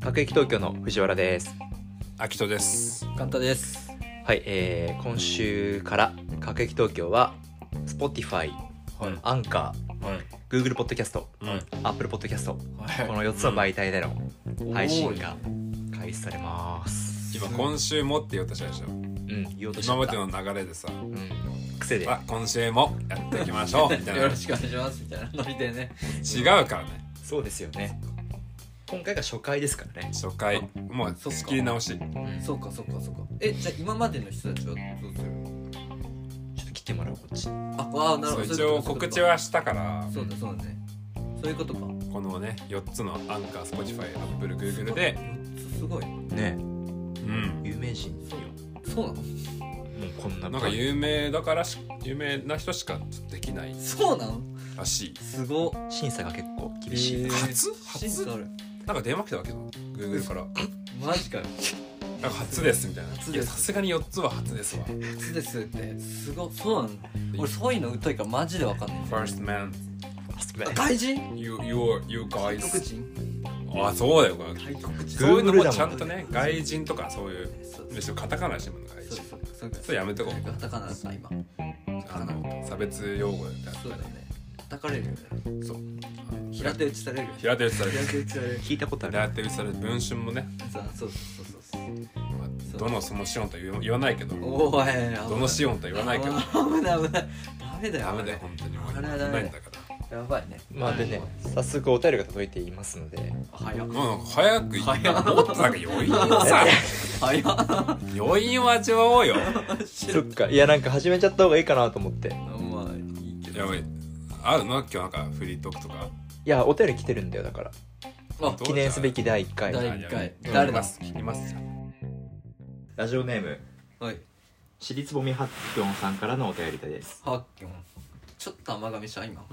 各駅東京の藤原ですアキトです。簡単です。はい、えー今週から各駅東京は Spotify、はいアンカはい。ー Google ポッドキャストはい。 Apple ポッドキャストはいこの4つの媒体での配信が開始されます今今週もって言おうとしたでしょ。うん言おうとしち今ゃっまたでの流れでさ、うん癖であ今週も やっていきましょうみたいな。よろしくお願いしますみたいなノリでね。違うからね。そうですよね今回が初回ですからね初回もう仕切り直し。そうかそうかそうか。えじゃあ今までの人たちはどうする？ちょっと切ってもらおうこっちあわあなるそうほど。一応告知はしたから、そうだそうだね。そういうことか。このね4つのアンカー、Spotify、Apple、Google で、すごい。ねうん、有名人よそうなの？もうこんななんか有名だからし有名な人しかできないそうなの？らしい。すご。審査が結構厳しい、えー初審初査ある。なんか電話来たわけだ Google から「マジかよ。なんか初です」みたいな「初いでやすさすがに4つは初ですわ」初ですってすごそうなの。俺そういうの疎いからマジでわかんないんだよ。 First man, あ外人？ you, you, you 外 guys 国人？あそうだよこれ外国人。そういうの Google だももんちゃんとね外人とかそういうそうむしろカタカナにしてもらうのそう外人そうそうか。それやめとこうカタカナだった今。あの差別用語だったそうだよね。叩かれるよね。りそう平手打ちされるよ。平手打ちされる平手打ちされる。聞いたことある平手打ちされる文春もね、さあそうそうそうそうまあそうどのそのシオンとは言わ言わないけどそう。どおおい。どのシオンとは言わないけど危ない危ない。ダメだよ。ダメだよこ本当にもうあれはダメだないんだかられやばいね。まあでね早速お便りが届いていますので早っ。もう早く行っ早たっもっとなんか余韻をさ早っ。余韻を味わおうよそっかいやなんか始めちゃった方がいいかなと思っていまあいいけやど。ばいあるの今日なんかフリートークとかやお便り来てるんだよだからあ記念すべき第1回第第一回聞誰きだます聞きますラジオネームはい。しりつぼみはっきょんさんからのお便りですはっきょん。ちょっと甘噛みした今。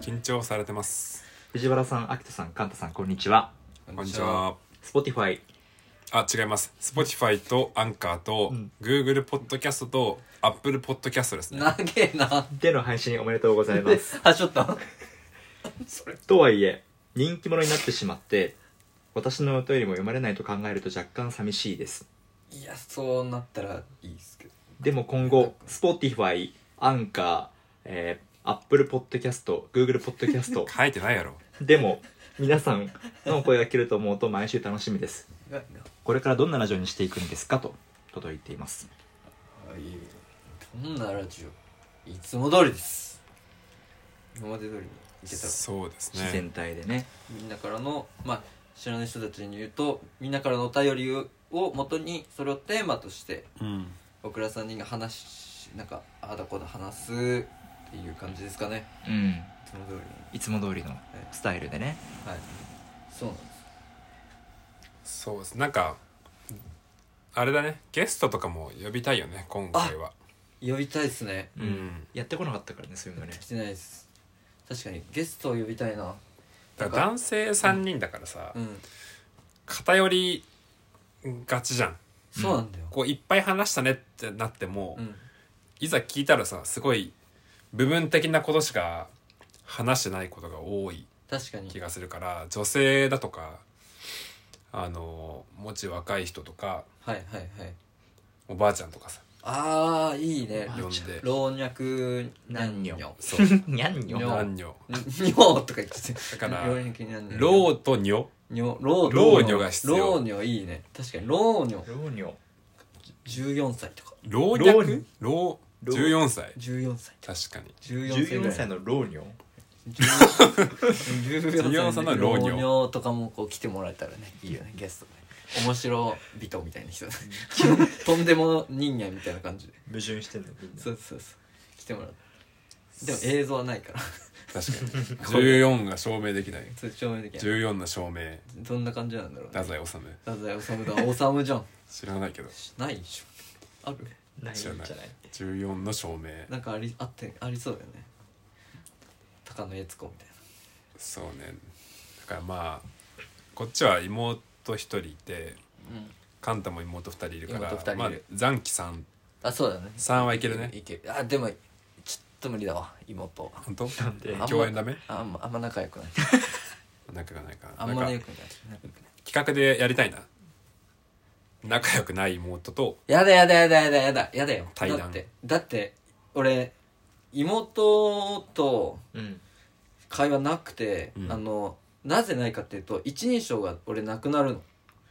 緊張されてます藤原さん、秋田さん、かんたさんこんにちはこんにち。は Spotify あ違います Spotify とアンカーとうん Google ポッドキャストと Apple ポッドキャストですね長えな。での配信おめでとうございます あちょっと。とはいえ人気者になってしまって私のお便りも読まれないと考えると若干寂しいですいやそうなったらいいっすけど。でも今後 Spotify、アンカー、えー、Apple Podcast、Google Podcast 書いてないやろでも皆さんのお声が聞けると思うと毎週楽しみですこれからどんなラジオにしていくんですかと届いていますどんなラジオ？いつも通りです。今まで通りにいけたら。そうです自ね然体でねみんなからの、まあ、知らない人たちに言うとみんなからのお便りを元にそれをテーマとしてうん僕ら3人が話しなんかああだこうだ話すっていう感じですかねうんいつも通りにいつも通りのスタイルでねはいそうなんでそうですなんかあれだねゲストとかも呼びたいよね今回はす呼びたいですねうん、やってこなかったからねそういうの ね来てないです確かにゲストを呼びたいなだから男性3人だからさ、うん偏りがちじゃんそうなんだよ、こういっぱい話したねってなっても、うん、いざ聞いたらさすごい部分的なことしか話してないことが多い確かに気がするから女性だとかあのもち若い人とかはいはいはいおばあちゃんとかさああいいね呼んで老若男女男そうにゃんににょ男女 女とか言ってだから老若男女老と女にょ老老女が必要老女いいね確かに老女老女14歳とか老老若に老老14歳14歳確かに14歳14ぐらい歳の老女14 14歳の老女老とかもこう来てもらえたらねいいよねゲストで面白人みたいな人 とんでも人間みたいな感じで矛盾してんのみんなそうそうそう来てもらうでも映像はないから確かに14が証明できないそれ証明できない14の証明どんな感じなんだろうね太宰治太宰治だ治じゃん知らないけどないでしょあるないんじゃない知ら14の証明なんかありあってありそうだよね高野悦子みたいなそうねだからまあこっちは妹一人いてうんカンタも妹二人いるから妹二人いるまあ、残機さんあそうだね3はいけるねいけるあでもちょっと無理だわ妹は本当なんであんま共演ダメあんまあんま仲良くない仲がないからあんまな良んかくない仲良くない企画でやりたいな仲良くない妹とやだやだやだやだやだやだよ対談だってだって俺妹とうん会話なくて、うんあのなぜないかっていうと一人称が俺なくなるの、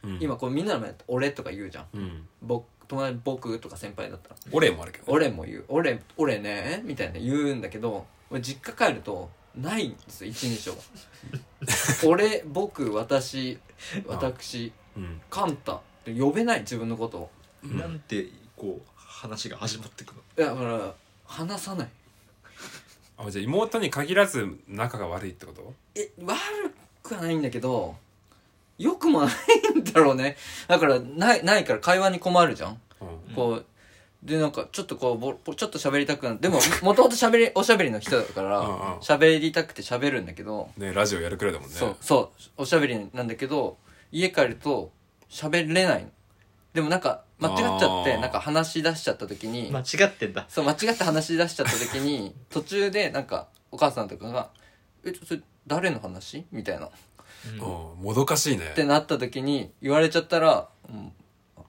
うん今こうみんなの前だと俺」とか言うじゃんうん僕友達僕とか先輩だったら「俺」もあるけどね俺も言う俺俺ねみたいな言うんだけど俺実家帰るとないんですよ一人 称が俺僕私私うんカンタって呼べない自分のことをうんなんてこう話が始まってくのいやだから話さないあじゃあ妹に限らず仲が悪いってことえ悪くはないんだけどよくもないんだろうねだからないないから会話に困るじゃんうんこうでなんかちょっとこうぼぼちょっと喋りたくなるでももともと喋りおしゃべりの人だかうんうんら喋りたくて喋るんだけどねラジオやるくらいだもんねそうそうおしゃべりなんだけど家帰ると喋れないのでもなんか間違っちゃってあーなんか話し出しちゃった時に間違ってんだそう間違って話し出しちゃった時 に途中でなんかお母さんとかが「えちょそれ誰の話?」みたいなっうんもどかしいねてなった時に言われちゃったら「うん、あ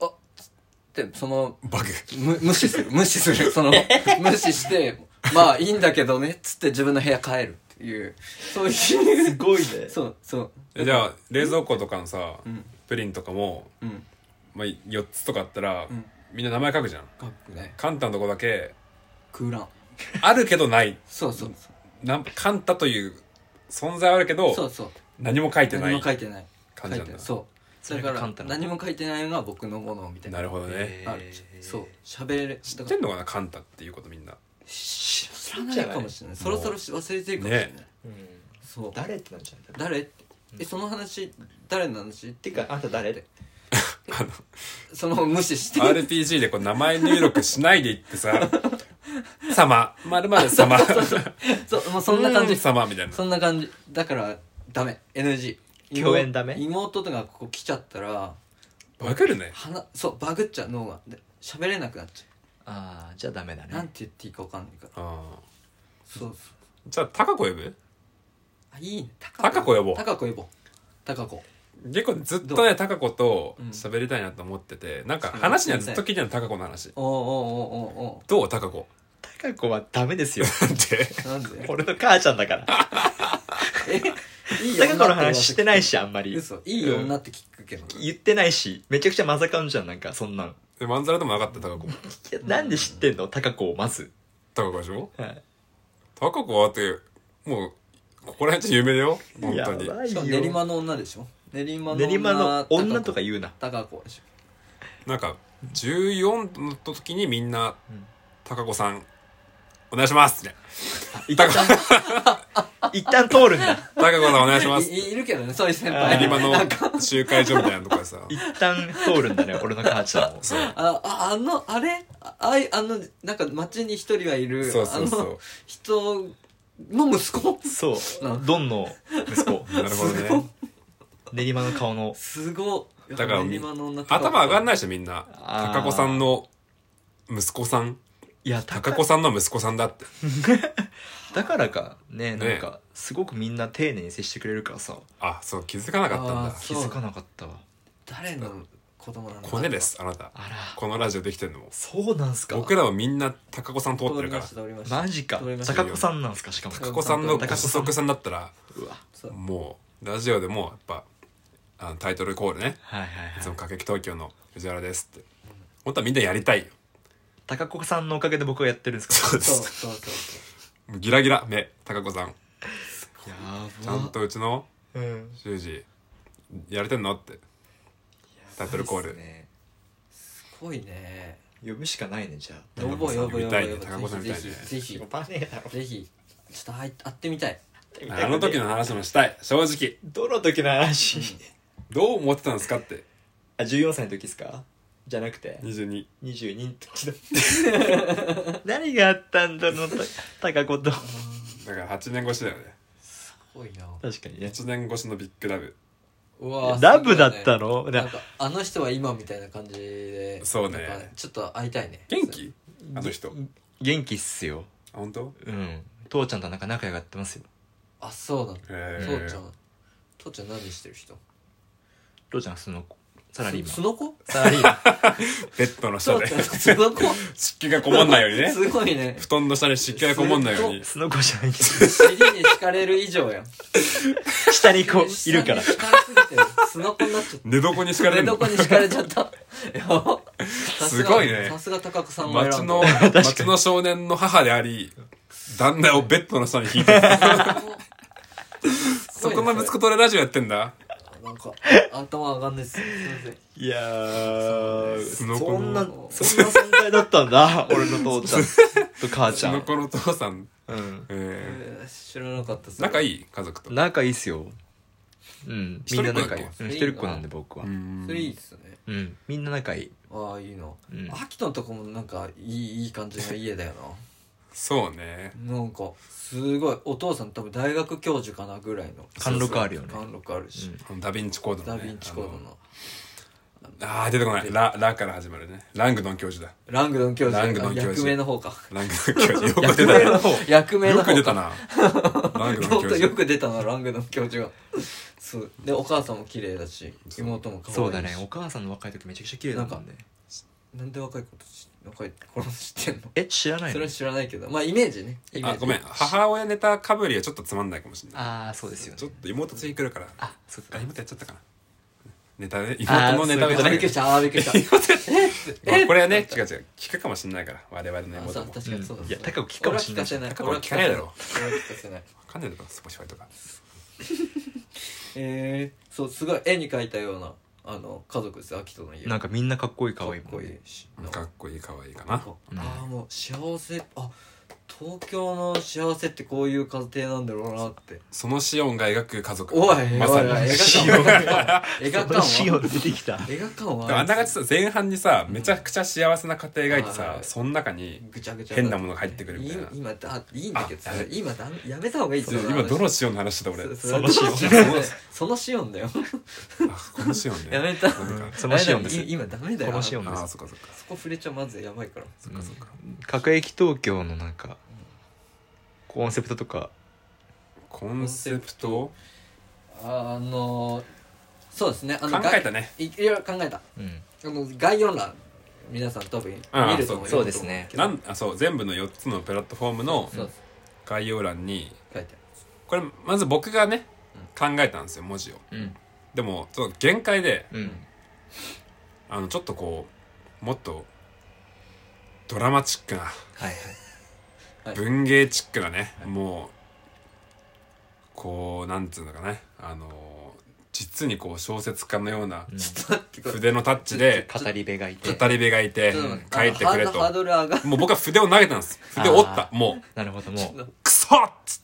あっ」つってそのバグむ無視する無視するその無視して 「まあいいんだけどね」っつって自分の部屋帰るっていうそういうすごいねそうそうえじゃあ冷蔵庫とかのさうんプリンとかも、うんまあ、4つとかあったら、うんみんな名前書くじゃんかっこねカンタのとこだけ空欄あるけどないそうそうそなんカンタという存在はあるけうそどうそう何も書いてな何いも書いてない書感いじてなんなだいそうそだれかがら簡単な何も書いてないのは僕のものみたいななるほどねえあるそう喋れる知だっかてらんのかなカンタっていうことみんな知知らないかもしれないそろそろ忘れてるかもしれない、うんそう誰ってなんじゃない誰ってえその話誰の話っててかあんた誰ってあのその無視して RPG でこう名前入力しないでいってさ 「様」「まるまる様」そうもうそんな感うじ様」みたいなそんな感じだからダメ NG 共演ダメ妹とかがここ来ちゃったらわかるね鼻そうバグっちゃう脳がで喋れなくなっちゃああじゃあダメだうなんねて言っていいか分かんないからああそうそうじゃあ高子呼ぶあいいね高子呼ぼう高子呼ぼう高子結構ずっどとうね高子とうん喋りたいなと思っててなんか話にはずっと聞いてるの高子の話おうおうおうおうおどう高子高子はダメですよって うなんで俺の母ちゃんだからえ いい高子の女って話してないしあんまり嘘いい女って聞くけど、言ってないしめちゃくちゃまざかんじゃんなんかそんなんでまんざらでもなかった高子いやなんで知ってんの高子をまず高子でしょはい高子はってもうここら辺じゃ有名だよ本当にやばいしかよも練馬の女でしょ練馬の女練馬の女とか言うな高子でしょなんか14の時にみんなうん「高子さんお願いします」って一旦 一旦通るんだ「高子さんお願いします」いいいるけどねそういう先あ輩ー練馬の集会所みたいなとこでさ一旦通るんだね俺の母ちゃんをそうあああのあれああいあのなんか街に一人はいるそうそうそあのう人の息子そうドンの息子なるほどね練馬の顔のすごいだから練馬の女頭上がんんないでしょみんなあー高子さんの息子さんいや高子さんの息子さんだってだからかねねなんかすごくみんな丁寧に接してくれるからさあそう気づかなかったんあだー気づかなかったわ誰の子供なんだコネですあなたあらこのラジオできてるのもそうなんすか僕らはみんな高子さん通っ通てりるかまらした通りましたマジか通りました高子さんなんすかしかも高子さんのご高子子さん息さんだったらうわそうもうラジオでもやっぱあのタイトルコールねはいはい「いつはもい歌劇東京の藤原です」って本当はみんなやりたいよ高子さんのおかげで僕はやってるんですかそうでそうすそうそうギラギラ目高子さんやちゃばんとうちのうん修二やれてんのってタイトルコールすごいね呼ぶしかないねじゃあ呼ぼう呼ぼう呼ぼう高子さん呼びたいね呼高子ぼうさん呼びたいぜひねぜひぜばねえだろひぜひちょっと会い会ってみたいあの時の話もしたい正直どの時の話どう思ってたんですかってあ14歳の時ですかじゃなくて22 22の時の何があったんだろうた高子とだから8年越しだよねすごいな確かにね1年越しのビッグラブうわーラブだったすのごいねなんかあの人は今みたいな感じでそうねなんかちょっと会いたいね元気あの人元気っすよあ本当うん父ちゃんとなんか仲良くやってますよあそうなのへ父えちゃん父ちゃん何してる人どうちゃんそのサラリーマすンのこサラリーマンベッドの下そうでちゃん すのこ湿気がこもんないようにね すごいね布団の下に湿気がこもんないようにすのこじゃない尻に敷かれる以上やん下にこ ういるから下に敷かれすぎてるすのこになっちゃった寝床に敷かれる寝の床に敷かれち ゃったやばさがすごいねさすが高久さんを選んだ町 の町の少年の母であり旦那をベッドの下に引いてるすそごいねこの息子と俺ラジオやってんだなんか頭上がんないっすよすいませんいやーすそのこのんなそんな存在だったんだ俺の父ちゃんと母ちそゃのん、子のお父さん、うん、ええー知らなかったっすー、仲いいいい家族と仲いいっすようんみんな仲いいうん一一人人っっ子子ななんんでで僕はうんそれいいっすねうんみんな仲いいああいいなうん秋田のとこもなんかいいいい感じの家だよそうねななんかすごいお父さん多分大学教授かなぐらいの貫禄あるよね貫禄あるし、あのダヴィンチコードの、ダね、ヴィンチコードのあのあー出てこないララから始まるねラングドン教授だラングドン教授ラングドン教授役名の方かラングドン教授よく役出目のたな方役名のよ方く出たかなラングドン教本当よ授く出たなラングドン教授がそうでお母さんも綺麗だしそう妹も可愛 いしそうだねお母さんの若い時めちゃくちゃ綺麗だったんでなんで若いこと知若い頃知ってんのえ知らないそれのは知らないけどまあイメージねイメーあジごめん母親ネタかぶりはちょっとつまんないかもしれないああそうですよちょねっと妹ついてくるからあそうあか妹やっちゃったかなネタであー妹のネタそういうことじねゃなびいっくりしたあーびっくりしたまあこれはね違う違う聞くかもしれないから我々のあ妹そうも確かにそうだうんいや高く聞くかもしんないし俺は聞かせ高くないは聞かないだろ俺は聞かせないわかんないだろスポシファイとかえー、そうすごい絵に描いたようなあの家族ですよ秋人の家なんかみんなかっこいいかかわいいっもこんいねいしかっこいいかわいいかななんかうんああもう幸せあ東京の幸せってこういう家庭なんだろうなってそのシオンが描く家族おいおいおいまさに おいシ映オン画館はシオン出てきた映画館はでもあんな感じさ前半にさめちゃくちゃ幸せな家庭がいてはいさはいその中にぐちゃぐちゃ変なものが入ってくるみたい今な今だいいんだけどあやべ今だやめた方がいいですそうよ今どのシオンの話してた俺そそそのシオンそのそのシオンだよあこのシオンねやめたそうかそのシオンですあれだよ い今ダメだよこのシオンあですーそっかそっかそこ触れちゃまずいやばいからそっかそっか各駅東京のなんかコンセプトとかコンセプトをあのそうですねあ考のえたねいいろいろ考えたうんあの概要欄皆さん多分見ああると思うそうですねなんあそう全部の4つのプラットフォームのそうです概要欄に書いてこれまず僕がね考えたんですよ文字をうんでもちょっと限界でうんあのちょっとこうもっとドラマチックなはいはいはい文芸チックなね、もうこうなんつうのかねあのー実にこう小説家のようなうんあるだってこれ筆のタッチで語り部がいて語り部がいてちょっと待って書いてくれあのとハードル上がるもう僕は筆を投げたん です筆を折ったあもなるほどもううクソっつっ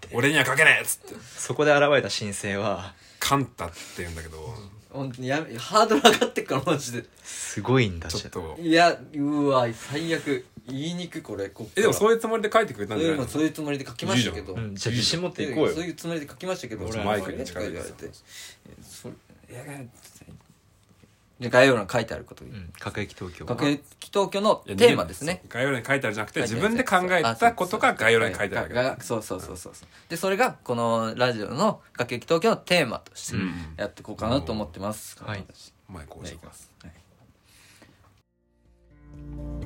て俺には書けねえっつってそこで現れた新星はカンタって言うんだけど本当にやめハードル上がってっからマジですごいんだちょっといやうわ最悪言いにくこれこっえからでもそういうつもりで書いてくれたんそうじゃいないのうのそういうつもりで書きましたけどうんじゃあ自信持っていこうよそういうつもりで書きましたけどもう俺マイクに近づいて言わされてえそれいやで概要欄に書いてあることうん各駅東京学園東京のいやテーマですねそう概要欄に書いてあるじゃなくて書い自てある分で考えたことが概要欄に書いてあるわけがそうそうそうそうそうでそれがこのラジオの「学園東京」のテーマとしてうんやっていこうかなと思ってます、はい前こうしようか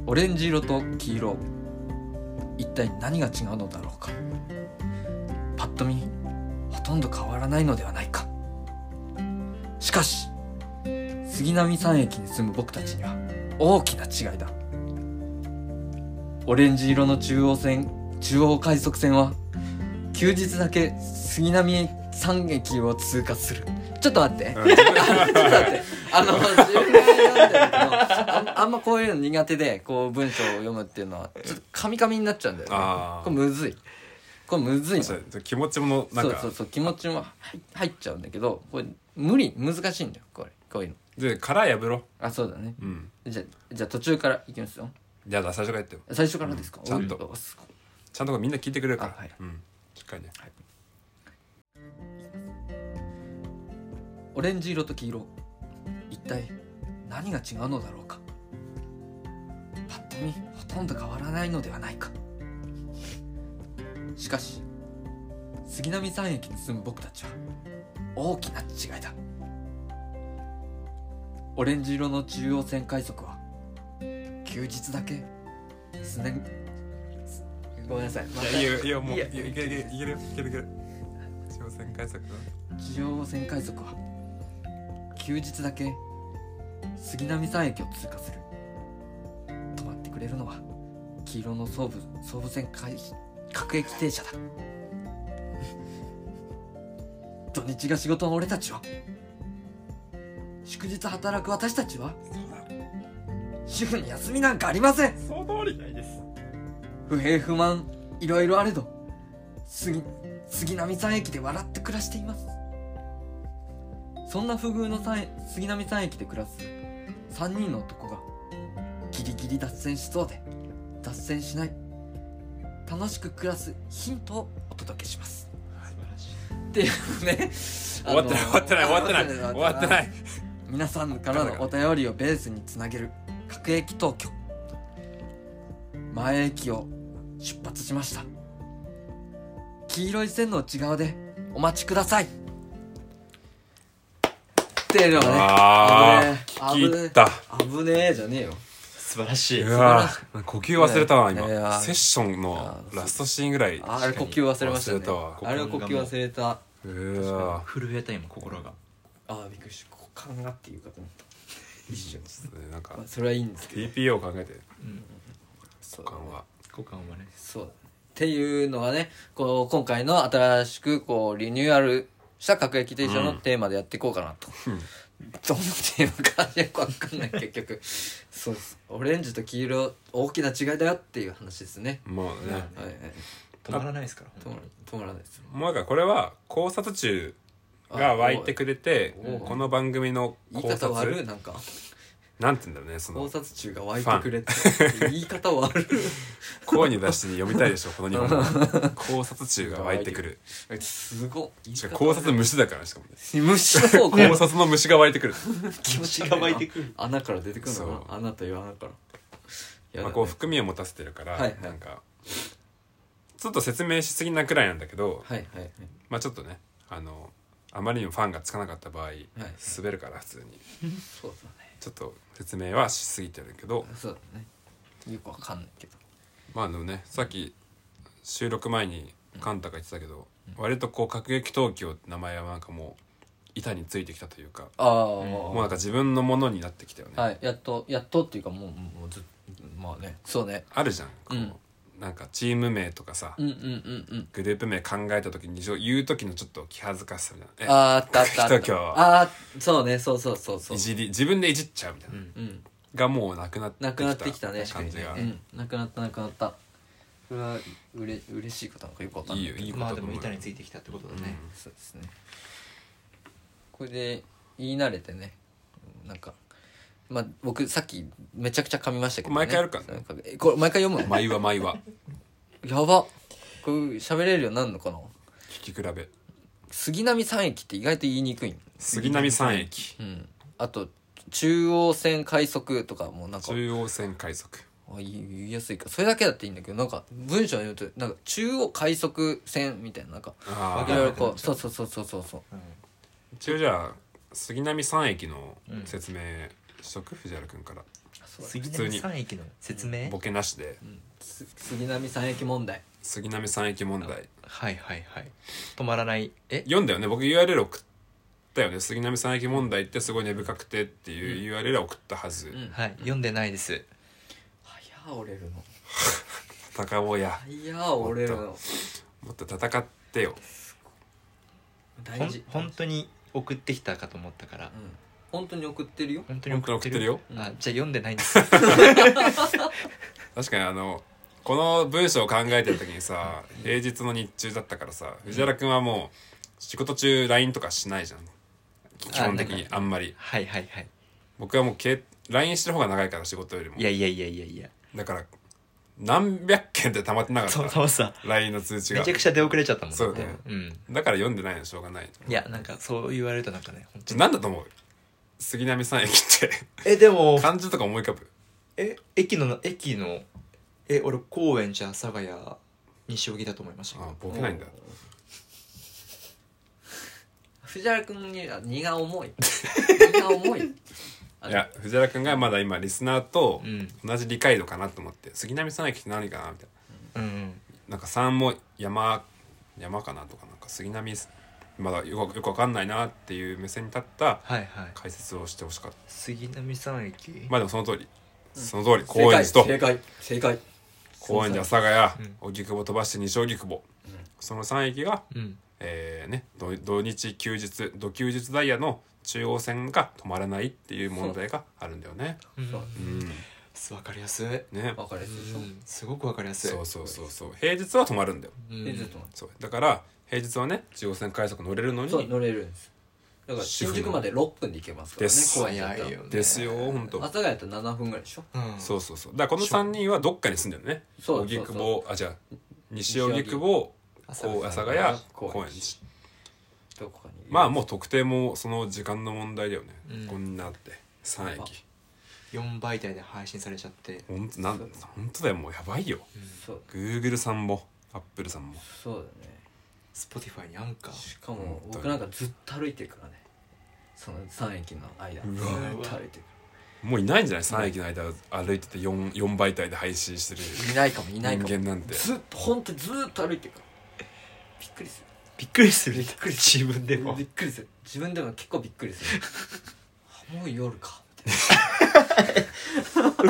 オレンジ色と黄色一体何が違うのだろうかパッと見ほとんど変わらないのではないかしかし杉並山駅に住む僕たちには大きな違いだオレンジ色の中央線中央快速線は休日だけ杉並山駅を通過するちょっと待ってちょっと待ってあの自分が読んだけどあんあんまこういうの苦手でこう文章を読むっていうのはちょっとカミカミになっちゃうんだよねあーこれむずいこれむずいのそう気持ちもなんそうかそうそう気持ちも入入っちゃうんだけどこれ無理難しいんだよこれこういうので殻破ろあそうだねううんじゃじゃあ途中からいきますよじゃあ最初からやってよ最初からですか、うんちゃんとおすごいちゃんとこれみんな聞いてくれるからあはいうんしっかりねオレンジ色と黄色一体何が違うのだろうかパッと見ほとんど変わらないのではないかしかし杉並山駅に住む僕たちは大きな違いだオレンジ色の中央線快速は休日だけすねすごめんなさい、またいやいやいやもういいややいけるいけるいけるいけるいける挑戦解策中央線快速は休日だけ杉並山駅を通過する止まってくれるのは黄色の総武総武線快各駅停車だ 土日が仕事の俺たちは祝日働く私たちはそうだ主婦に休みなんかありませんその通りないです不平不満いろいろあれど杉杉並山駅で笑って暮らしていますそんな不遇のさん杉並山駅で暮らす3人の男がギリギリ脱線しそうで脱線しない楽しく暮らすヒントをお届けします素晴らしいっていうね終わってない終わってない終わってない終わってないい皆さんからのお便りをベースにつなげる各駅東京前駅を出発しました黄色い線の内側でお待ちくださいっていうのがあねあ危聞ねき入ったえ危ねえじゃねえよ素晴らしいうあわー呼吸忘れたわ今いやいやセッションのラストシーンぐらいあれ呼吸忘れましたね忘れたわあれは呼吸忘れたうわ震えた今心がああびっくりした股間がっていうかと思った一瞬ーなんかまあそれはいいんですけど TPO 考えてそ股う間は股間はねそうだねっていうのがねこう今回の新しくこうリニューアルした各駅停車のテーマでやっていこうかなと、うんどのテーマかよくわかんない結局そうですオレンジと黄色大きな違いだよっていう話ですね、まあねはいはい止まらないですから止まら止まらないですもうだからこれは考察中が湧いてくれておいおいこの番組の言い考方察悪いなんかなんて言うんだろうねそ考の察中が湧いてくれて言い方悪い声に出して読みたい でしょこの日本語考察中が湧いてくるすごいしかも考察虫だからしか もね虫の方考が察の虫が湧いてくる気持血が湧いてくる穴から出てくるのそかな穴という穴からいまあ、こう含みを持たせてるから、はいはいなんかちょっと説明しすぎなくらいなんだけど、はいはいはいまあちょっとねあのあまりにもファンがつかなかった場合、滑るから普通にそうだねちょっと説明はしすぎてるけどそうだねよくわかんないけどまあでもねさっき収録前にカンタが言ってたけど、割とこう「核撃東京」って名前はなんかもう板についてきたというか、ああ、もうなんか自分のものになってきたよね、はいやっとやっとっていうかもうもうずっまあねそうねあるじゃんこう、うんなんかチーム名とかさ、うんうんうんうんグループ名考えた時に言う時のちょっと気恥ずかしさみたいなえあーあったあったあっ東京たああそうねそうそうそうそういじり自分でいじっちゃうみたいな、うんうんがもうなくなってなくなってきたね感じが、うんなくなったなくなったそれはうれ嬉しいことなんかよくわかんないいいよいいことまあだでとも思うよ板についてきたってことだねそうですねこれで言い慣れてねなんかまあ僕さっきめちゃくちゃ噛みましたけど、ね、毎回やるからなんえこれ毎回読むの毎話毎話やばこれ喋れるようになるのかな聞き比べ杉並三駅って意外と言いにくい杉並山駅うんあと中央線快速とかもなんか中央線快速あ言い言いやすいからそれだけだっていいんだけどなんか文章によるとなんか中央快速線みたいななんかあいろいあろこうそうそうそうそうそうそう一応じゃあ杉並山駅の説明しとく、藤原君からそう杉普通並に三駅の説明ボケなしです杉並三駅問題杉並山駅問題はいはいはい止まらないえ読んだよね僕 URL 送ったよね杉並山駅問題ってすごい根深くてっていう URL 送ったはず、んはい読んでないです早折れるの戦おうや早折れるのもっと戦ってよほ大ん事本当に送ってきたかと思ったからうん本当に送ってるよ本当に本当送っに送てってるるよあじゃあ読んでないんですよ確かにあのこの文章を考えてる時にさ平日の日中だったからさ藤原君はもう仕事中 LINE とかしないじゃん基本的なにんかあんまりはいはいはい僕はもうけ LINE してる方が長いから仕事よりもいやいやいやいやいやだから何百件って溜まってなかっそうたそうさ LINE の通知めがちゃくちゃ出遅れちゃったもんそうだようんだから読んでないのしょうがないいやなんかそう言われるとなんかね本当に何だと思う杉並さん駅ってえでも漢字とか思い浮かぶえ駅の駅のえ俺高円寺阿佐ヶ谷西荻だと思いましたけあどボケないんだ 藤原君には荷が重い荷が重いあいや藤原君がまだ今リスナーとうん同じ理解度かなと思って杉並さん駅って何かなみたいうんななんか3も山山かなとかなんか杉並まだよくよくわかんないなっていう目線に立ったはいはい解説をしてほしかった杉並さん駅まあでもその通りその通り正高円解寺と正解正解高円寺阿佐正ヶう谷ん荻窪飛ばして西荻窪その3駅がうんえーね、土土日休日土休日ダイヤの中央線が止まらないっていう問題があるんだよね。うんそううん、わかりやすいね解わかりやすいでしょうんすごくわかりやすいそうそうそうそう平日は止まるんだようんでずっと待ってそうだから平日はね中央線快速乗れるのそうに乗れるんですだから新宿まで6分で行けますからねです公園だっ早たらいよねですよ本当阿佐ヶ谷と7分ぐらいでしょうんそうそうそうだからこの3人はどっかに住んでるねそう荻そうそ窪あじゃあ西荻窪こう阿佐ヶ谷高円高円寺寺どこかにまあもう特定もその時間の問題だよね、うんこんなあって3やば駅4媒体で配信されちゃってほんとなん本当だよもうやばいよそう Google さんも Apple さんもそうだね Spotify にアンカーしかもうん僕なんかずっと歩いてるからねその3駅の間ずうっわと歩いてるもういないんじゃない3駅の間歩いてて 4, 4媒体で配信してるいないかもいないか人も間なんてずっと本当にずっと歩いてるからびっくりすびっくりするびっくり自分でるもびっくりする自分でも結構びっくりする あもう夜かみ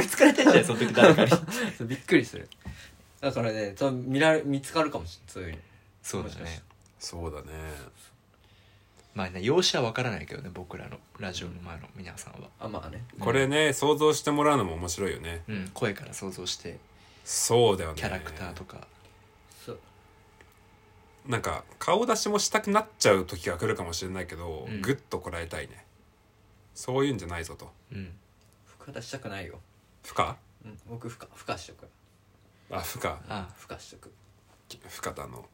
追いつかれてんじゃ ないその時誰かにたいなそう びっくりするだからねそう見られ見つかるかもしれないそそういううだもしかしねてそうだねまあね容姿は分からないけどね僕らのラジオの前の皆さんはあまあねこれね、想像してもらうのも面白いよねうん声から想像してそうだよねキャラクターとかそうなんか顔出しもしたくなっちゃう時が来るかもしれないけど、うんグッとこらえたいねそういうんじゃないぞとうん負荷出したくないよ、負荷うん、僕負荷負荷しとくあ負荷あ負荷しとく負荷だの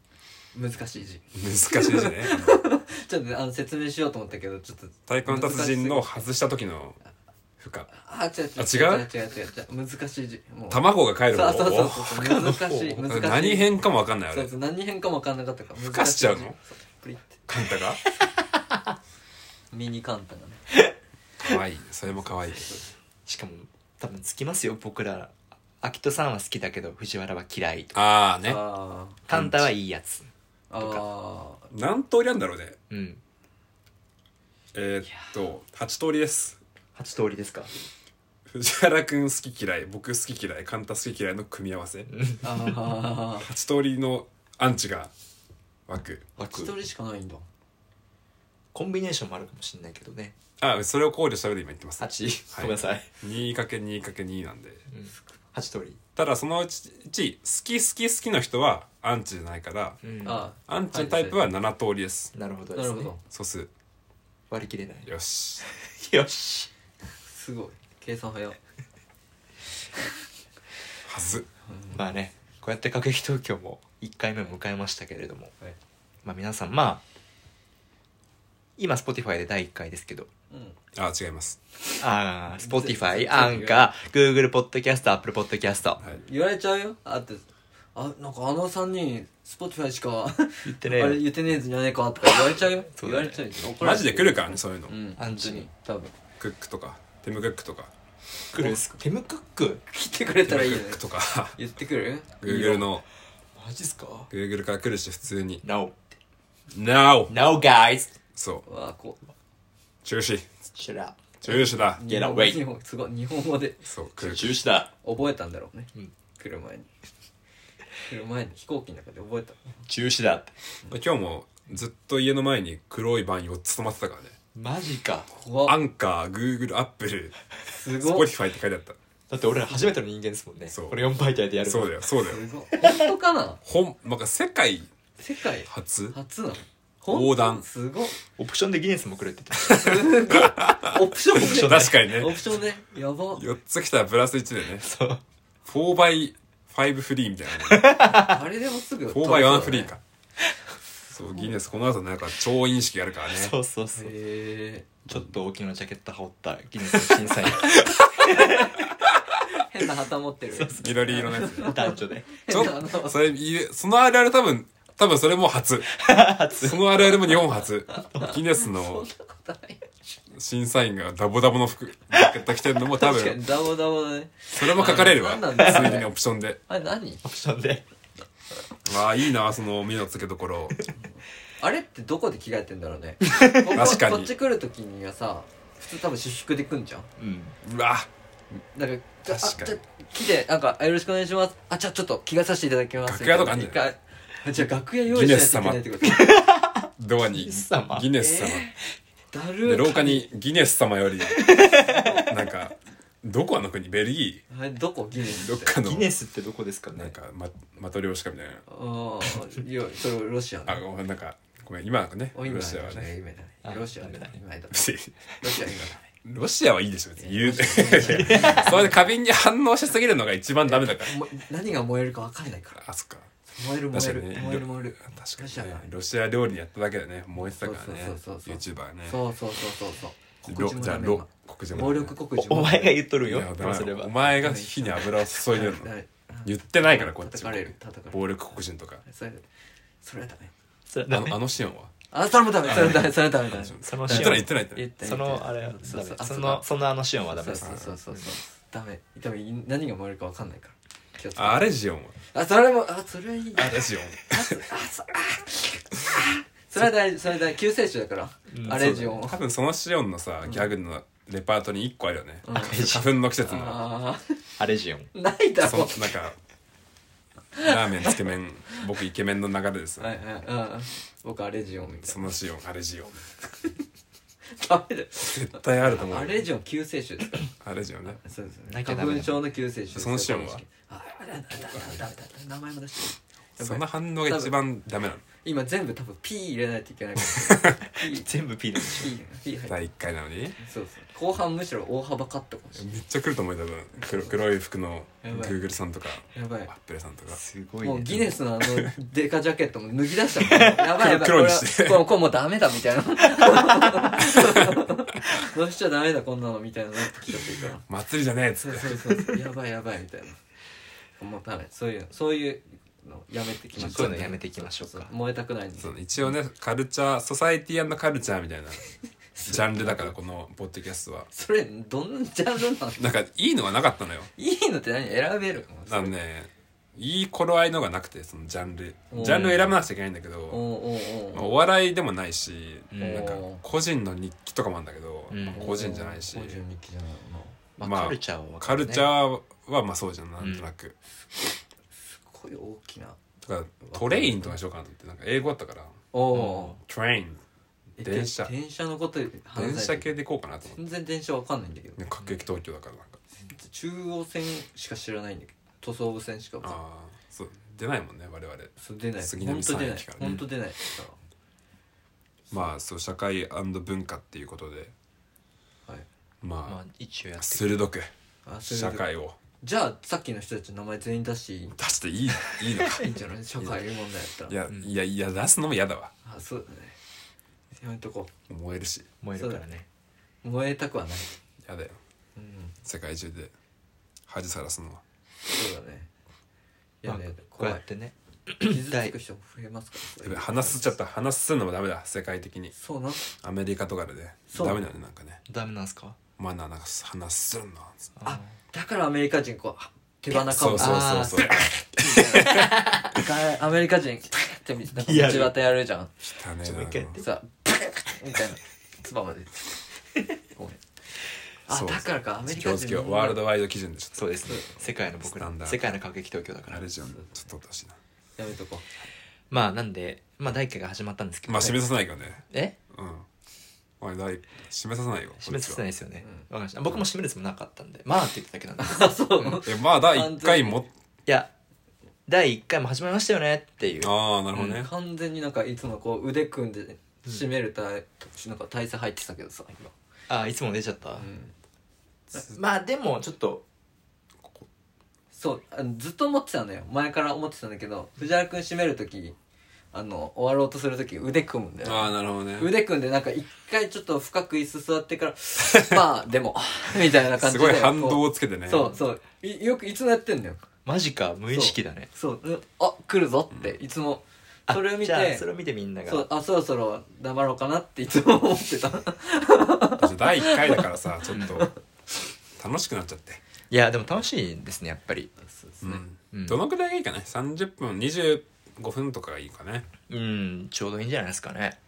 難しい字難しい字ねちょっとねあの説明しようと思ったけどちょっと太鼓の達人の外した時の負荷あ違うあ違う違う違う違う違う難しい字もう卵が帰るそう方そうそうそう難しい負荷難しい何変かも分かんないあそれうそう何変かも分かんなかったから孵化しちゃうのそうプリってカンタがミニカンタがね可愛いそれも可愛いけしかも多分つきますよ僕らあきとさんは好きだけど藤原は嫌いとどああね あーカンタはいいやつとあ何通りあるんだろうねうんえーっと8通りです八通りですか藤原くん好き嫌い僕好き嫌いカンタ好き嫌いの組み合わせーあ8通りのアンチが湧くあ一人しかないんだコンビネーションもあるかもしれないけどねあそれを考慮した上で今言ってます八ごめんなさい 2×2×2 なんで八通りただそのうちうち好き好き好きの人はアンチじゃないからうんあアンチのタイプは7通りですなるほどーでなるすほねど素数割り切れないよしよしすごい計算早いはずまあねこうやって各駅東京も1回目を迎えましたけれども、はいまあ皆さんまあ今 Spotify で第1回ですけどうんあ違いますああ 全 Spotify 然アンカー Google ポッドキャスト Apple ポッドキャストはい言われちゃうよあってあなんかあの3人 Spotify しか言ってあねえよれ言ってねえんじゃねえかとか言われちゃうよ そう言だわねれちゃうよ怒マられジちゃでう来るからねそういうのうんアンチ本当に多分クックとかテムクックとかクルステムクック来てくれたらいいよねテムクックとか言ってくる Google のマジっすか Google から来るし普通に ?No NOW No guys そううわこう中止 Shut up 中止だ Get away 日本すごい日本語でそう来る中止だ覚えたんだろうね、うん来る前に来る前に飛行機の中で覚えた中止だって今日もずっと家の前に黒いバン4つ止まってたからねマジか怖アっンカー Google アップルすごいす Spotify って書いてあっただって俺ら初めての人間ですもんねそうこれ4媒体でやるそうだよそうだよごい本当かな本なんか世界世界初初なの横断本当すごいオプションでギネスもくれってたオプションオプション確かにねオプションねやば4つ来たらプラス1でねそう 4x5 フリーみたいなねあれでもすぐ 4x1 フリーかそうギネスこの後なんか超飲識あるからねそうそう そうへえちょっと大きなジャケット羽織ったギネスの審査員変な旗持ってる 緑色のやつね男女でち変ょなあのそれ言うそのあるある多分多分それも 初。そのあるあるも日本初。ギネスのそんなことない審査員がダボダボの服、だ着てるのも多確か分、にダボダボだねそれも書かれるわ。何なんだろうねついにオプションで。あれ何オプションでああ、いいな、その目の付けどころ。あれってどこで着替えてんだ ろうねこ確かにこっち来る時にはさ普通多分私服で来んじゃんうんうわ、だからあ確かにじゃあ来てなんかあよろしくお願いしますあじゃあちょっと着替えさせていただきます楽屋とかあんじゃない一回じゃあ楽屋用意しないといけないってことドアにイ、ス様ギネス様。だでる廊下にギネス様よりなんかどこあの国ベルギあれどこギネースどっかのギネスってどこですかねなんかママトリョーシカみたいなああいやそれロシアあごめんなんかごめん今なんかねお今ロシアはね今だねあロシアは今ダだメだね今だね別にロシアはロシアはいいでしょ別に言う今だね それで過敏に反応しすぎるのが一番ダメだ からも何が燃えるか分かんないからあそっか燃える燃え確かるにね燃える燃えるロ確シかアにねがロシア料理やっただけでね燃えてたからねそうそうそうそう YouTuber はねそうそうそうそうそうロ告示もじゃあダメロ今黒人暴力告示おおも前が言っとるんいよやだから忘ればお前が火に油を注いでるの はい言ってないからこっち叩もかれる叩かれる暴力黒人とかそれそれはダメそれあダメのあのシーンはあそれもダメそれもダメそれもダメだその言っシてーンないは言ってない言ってない言ってそのあれはそうそうダメそあのそのあのシーンはダメそうですそうそうそうそうダメ多分何が燃えるか分かんないから気をつけてあレジオンはあそれもあそれはいいあレジオンあそあそあそれは大丈夫それは大丈夫救世主だからうんアレジオン多分そのシオンのさギャグのレパートリー1個あるよねうん花粉の季節のあアレジオンあ ないだそろのなんかラーメンつけ 麺僕イケメンの流れですはいはいうん僕アレジオンみたいそのシオンあレジオンなダメだよ絶対あると思うアレジオン救世主ですからあレジオンねそうですよなね。きゃダメ花だ粉症の救世主ですよ。そのシーンはあダメだダメだダメだ名前も出してやばいその反応が一番ダメなの今全部多分 P 入れないといけないから P 全部 P なんでし P P 入って第1回なのにそうそう後半むしろ大幅カットかもしめっちゃ来ると思うよ多分黒黒い服のグやばいーグルさんとかれないやアばップルさんとかょすごいいねもうギネス のあのデカジャケットも脱ぎ出したもんやばいやばいこ黒にれはしてこれこれもうダメだみたいな どうしちゃダメだこんなのみたいななってきちゃってるから祭りじゃねえっつそっうてそうそうそうやばいやばいみたいなもうダメそういうそういうのやめてきましょそうういうのやめていきましょうかそうそう燃えたくないんでそうね一応ねカルチャーソサエティカルチャーみた いなジャンルだからこのポッドキャストはそれどんなジャンルなのなんかいいのがなかったのよいいのって何選べるあのねいい頃合いのがなくてそのジャンルおージャンルを選ばなくちゃいけないんだけおど、おまあおおお笑いでもないし、うんなんか個人の日記とかもあるんだけど、うんまあ個人じゃないし個人日記じゃないまあまあまあカルチャーは分かカるねルチャーはまあそうじゃんなんとなく、すごい大きなだからトレインとかにしようかなと思ってなんか英語だったからおおトレインー電車電車のこと話電さ車ない系でいこうかなと思って全然電車わかんないんだけど、ね各駅東京だからなんか中央線しか知らないんだけど塗装部線しかわかんないああそう出ないもんね我々そう出ない杉ほん並と出三ない駅からねほんと出ないだかまあそう社会文化っていうことでらはいまあま一応やあって鋭くあそれで社会をじゃあさっきの人たちの名前全員出していい出していいいいのかいいんじゃない社会問題やったらいやいやいや出すのも嫌だわあそうだねやめとこ燃えるし燃えるからねう燃えたくはない嫌だようん世界中で恥さらすのはそうだねいやまねあこう怖やっいてね傷つく人も増えますかやらべ話すちゃった話すのもダメだ世界的にそうなんアメリカとかでねそうダメだねなんかねダメなんすかマナーなんか話するのあだからアメリカ人こう手鼻かそぶうさそうそうそうアメリカ人ってみたいリアなル道端やるじゃん汚ねちょっともう一回やっえてさみたいなつばまでごめんあそうだからかアメなリ気カをつけ人ようワールドワイド基準でちょっそうですね世界の僕スタらンダード世界の過激東京だかとあられじゃんちょっとおかしいなやめとこまあなんでまあ第一回が始まったんですけどまあ締めさせないけどねえうんお前ない締めさせないよ締めさせないですよねうんわかりました僕も締めるつもりなかったんでまあって言っただけなんで うあそうえまあ第1回もいや第一回も始まりましたよねっていうああなるほどね、完全になんかいつもこう腕組んで締める体なんか体勢入ってたけどさ今あいつも出ちゃったうんまあでもちょっとそうあのずっと思ってたのよ前から思ってたんだけど藤原君締める時あの終わろうとする時腕組むんだよああなるほどね腕組んでなんか一回ちょっと深く椅子座ってから まあでもみたいな感すじでごい反動こをつけてうねそうそういよくいつもやってんだよマジか無意識だねそう、うんあ来るぞっていつもあそれを見てじゃあそれを見てみんながそうあそろそろ黙ろうかなっていつも思ってた私第1回だからさちょっと楽しくなっちゃって、いやでも楽しいですねやっぱりうんうんどのくらいがいいかね30分25分とかがいいかねうんちょうどいいんじゃないですかね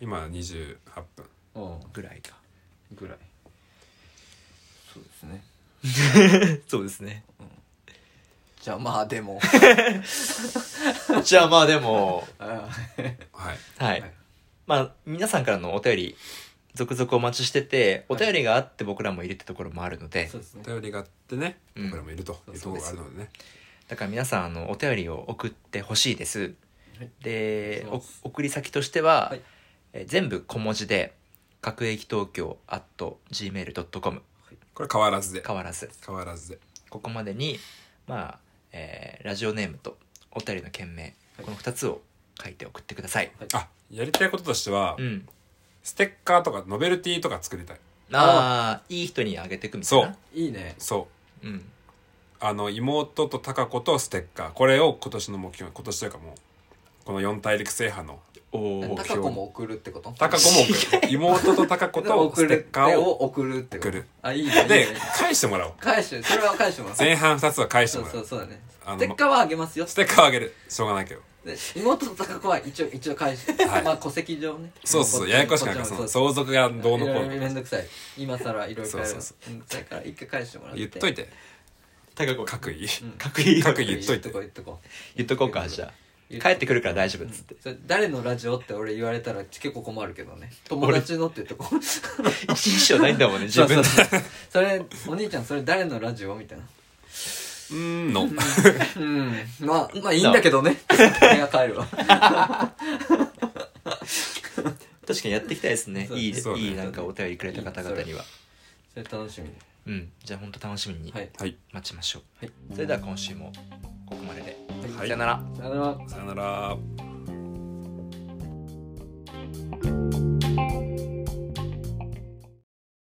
今28分うんぐらいかぐらいそうですね そうですね じゃあまあでもじゃあまあでもあはいはい、はいまあ皆さんからのお便り続々お待ちしててお便りがあって僕らもいるってところもあるので、そうですねお便りがあってねうん僕らもいるというところがあるのでねだから皆さんあのお便りを送ってほしいです、はいでお願いおします送り先としては、はいえ全部小文字で各駅東京 at gmail.com これ変わらずで変わらず変わらずでここまでにまあ、えーラジオネームとお便りの件名、はいこの2つを書いて送ってください、あやりたいこととしては、うんステッカーとかノベルティとか作りたいああいい人にあげてくみたいなはいいいねそうう、うん、あの妹と貴子とステッカーこれを今年の目標今年というかもうこの四大陸制覇のおおー目高標子も送るってこと貴子も送る妹と貴子と送ステるッカーをを送るってこと送るあいいねいいでね返してもらおう返してそれは返してもらう前半2つは返してそもうらそううそうだねあのステッカーはあげますよステッカーをあげるしょうがないけどで妹と高子は一応一応返して、はいまあ戸籍上ねそうそうそうややこしくないからそそのうそ相う続がどうのこういろいろのめんどくさい今さらいろいろそうそうそめんどくさいから一回返してもらって言っといてて高子各位うんかっこいいかっこいい言っといて言っとこう言っとこ言っとこうかじゃあ帰ってくるから大丈夫っつってうそれ誰のラジオって俺言われたら結構困るけどね 友達のって言っとこう 一人称ないんだもんね自分そうそうそうそれお兄ちゃんそれ誰のラジオみたいなうーんのうんまあまあいいんだけ どね俺が帰るわ確かにやっていきたいですねそういいでそうねいいなんかお便りくれた方々にはそれ楽しみうんじゃあ本当楽しみにはいはい待ちましょうはいそれでは今週もここまでではいさよならさよならさよなら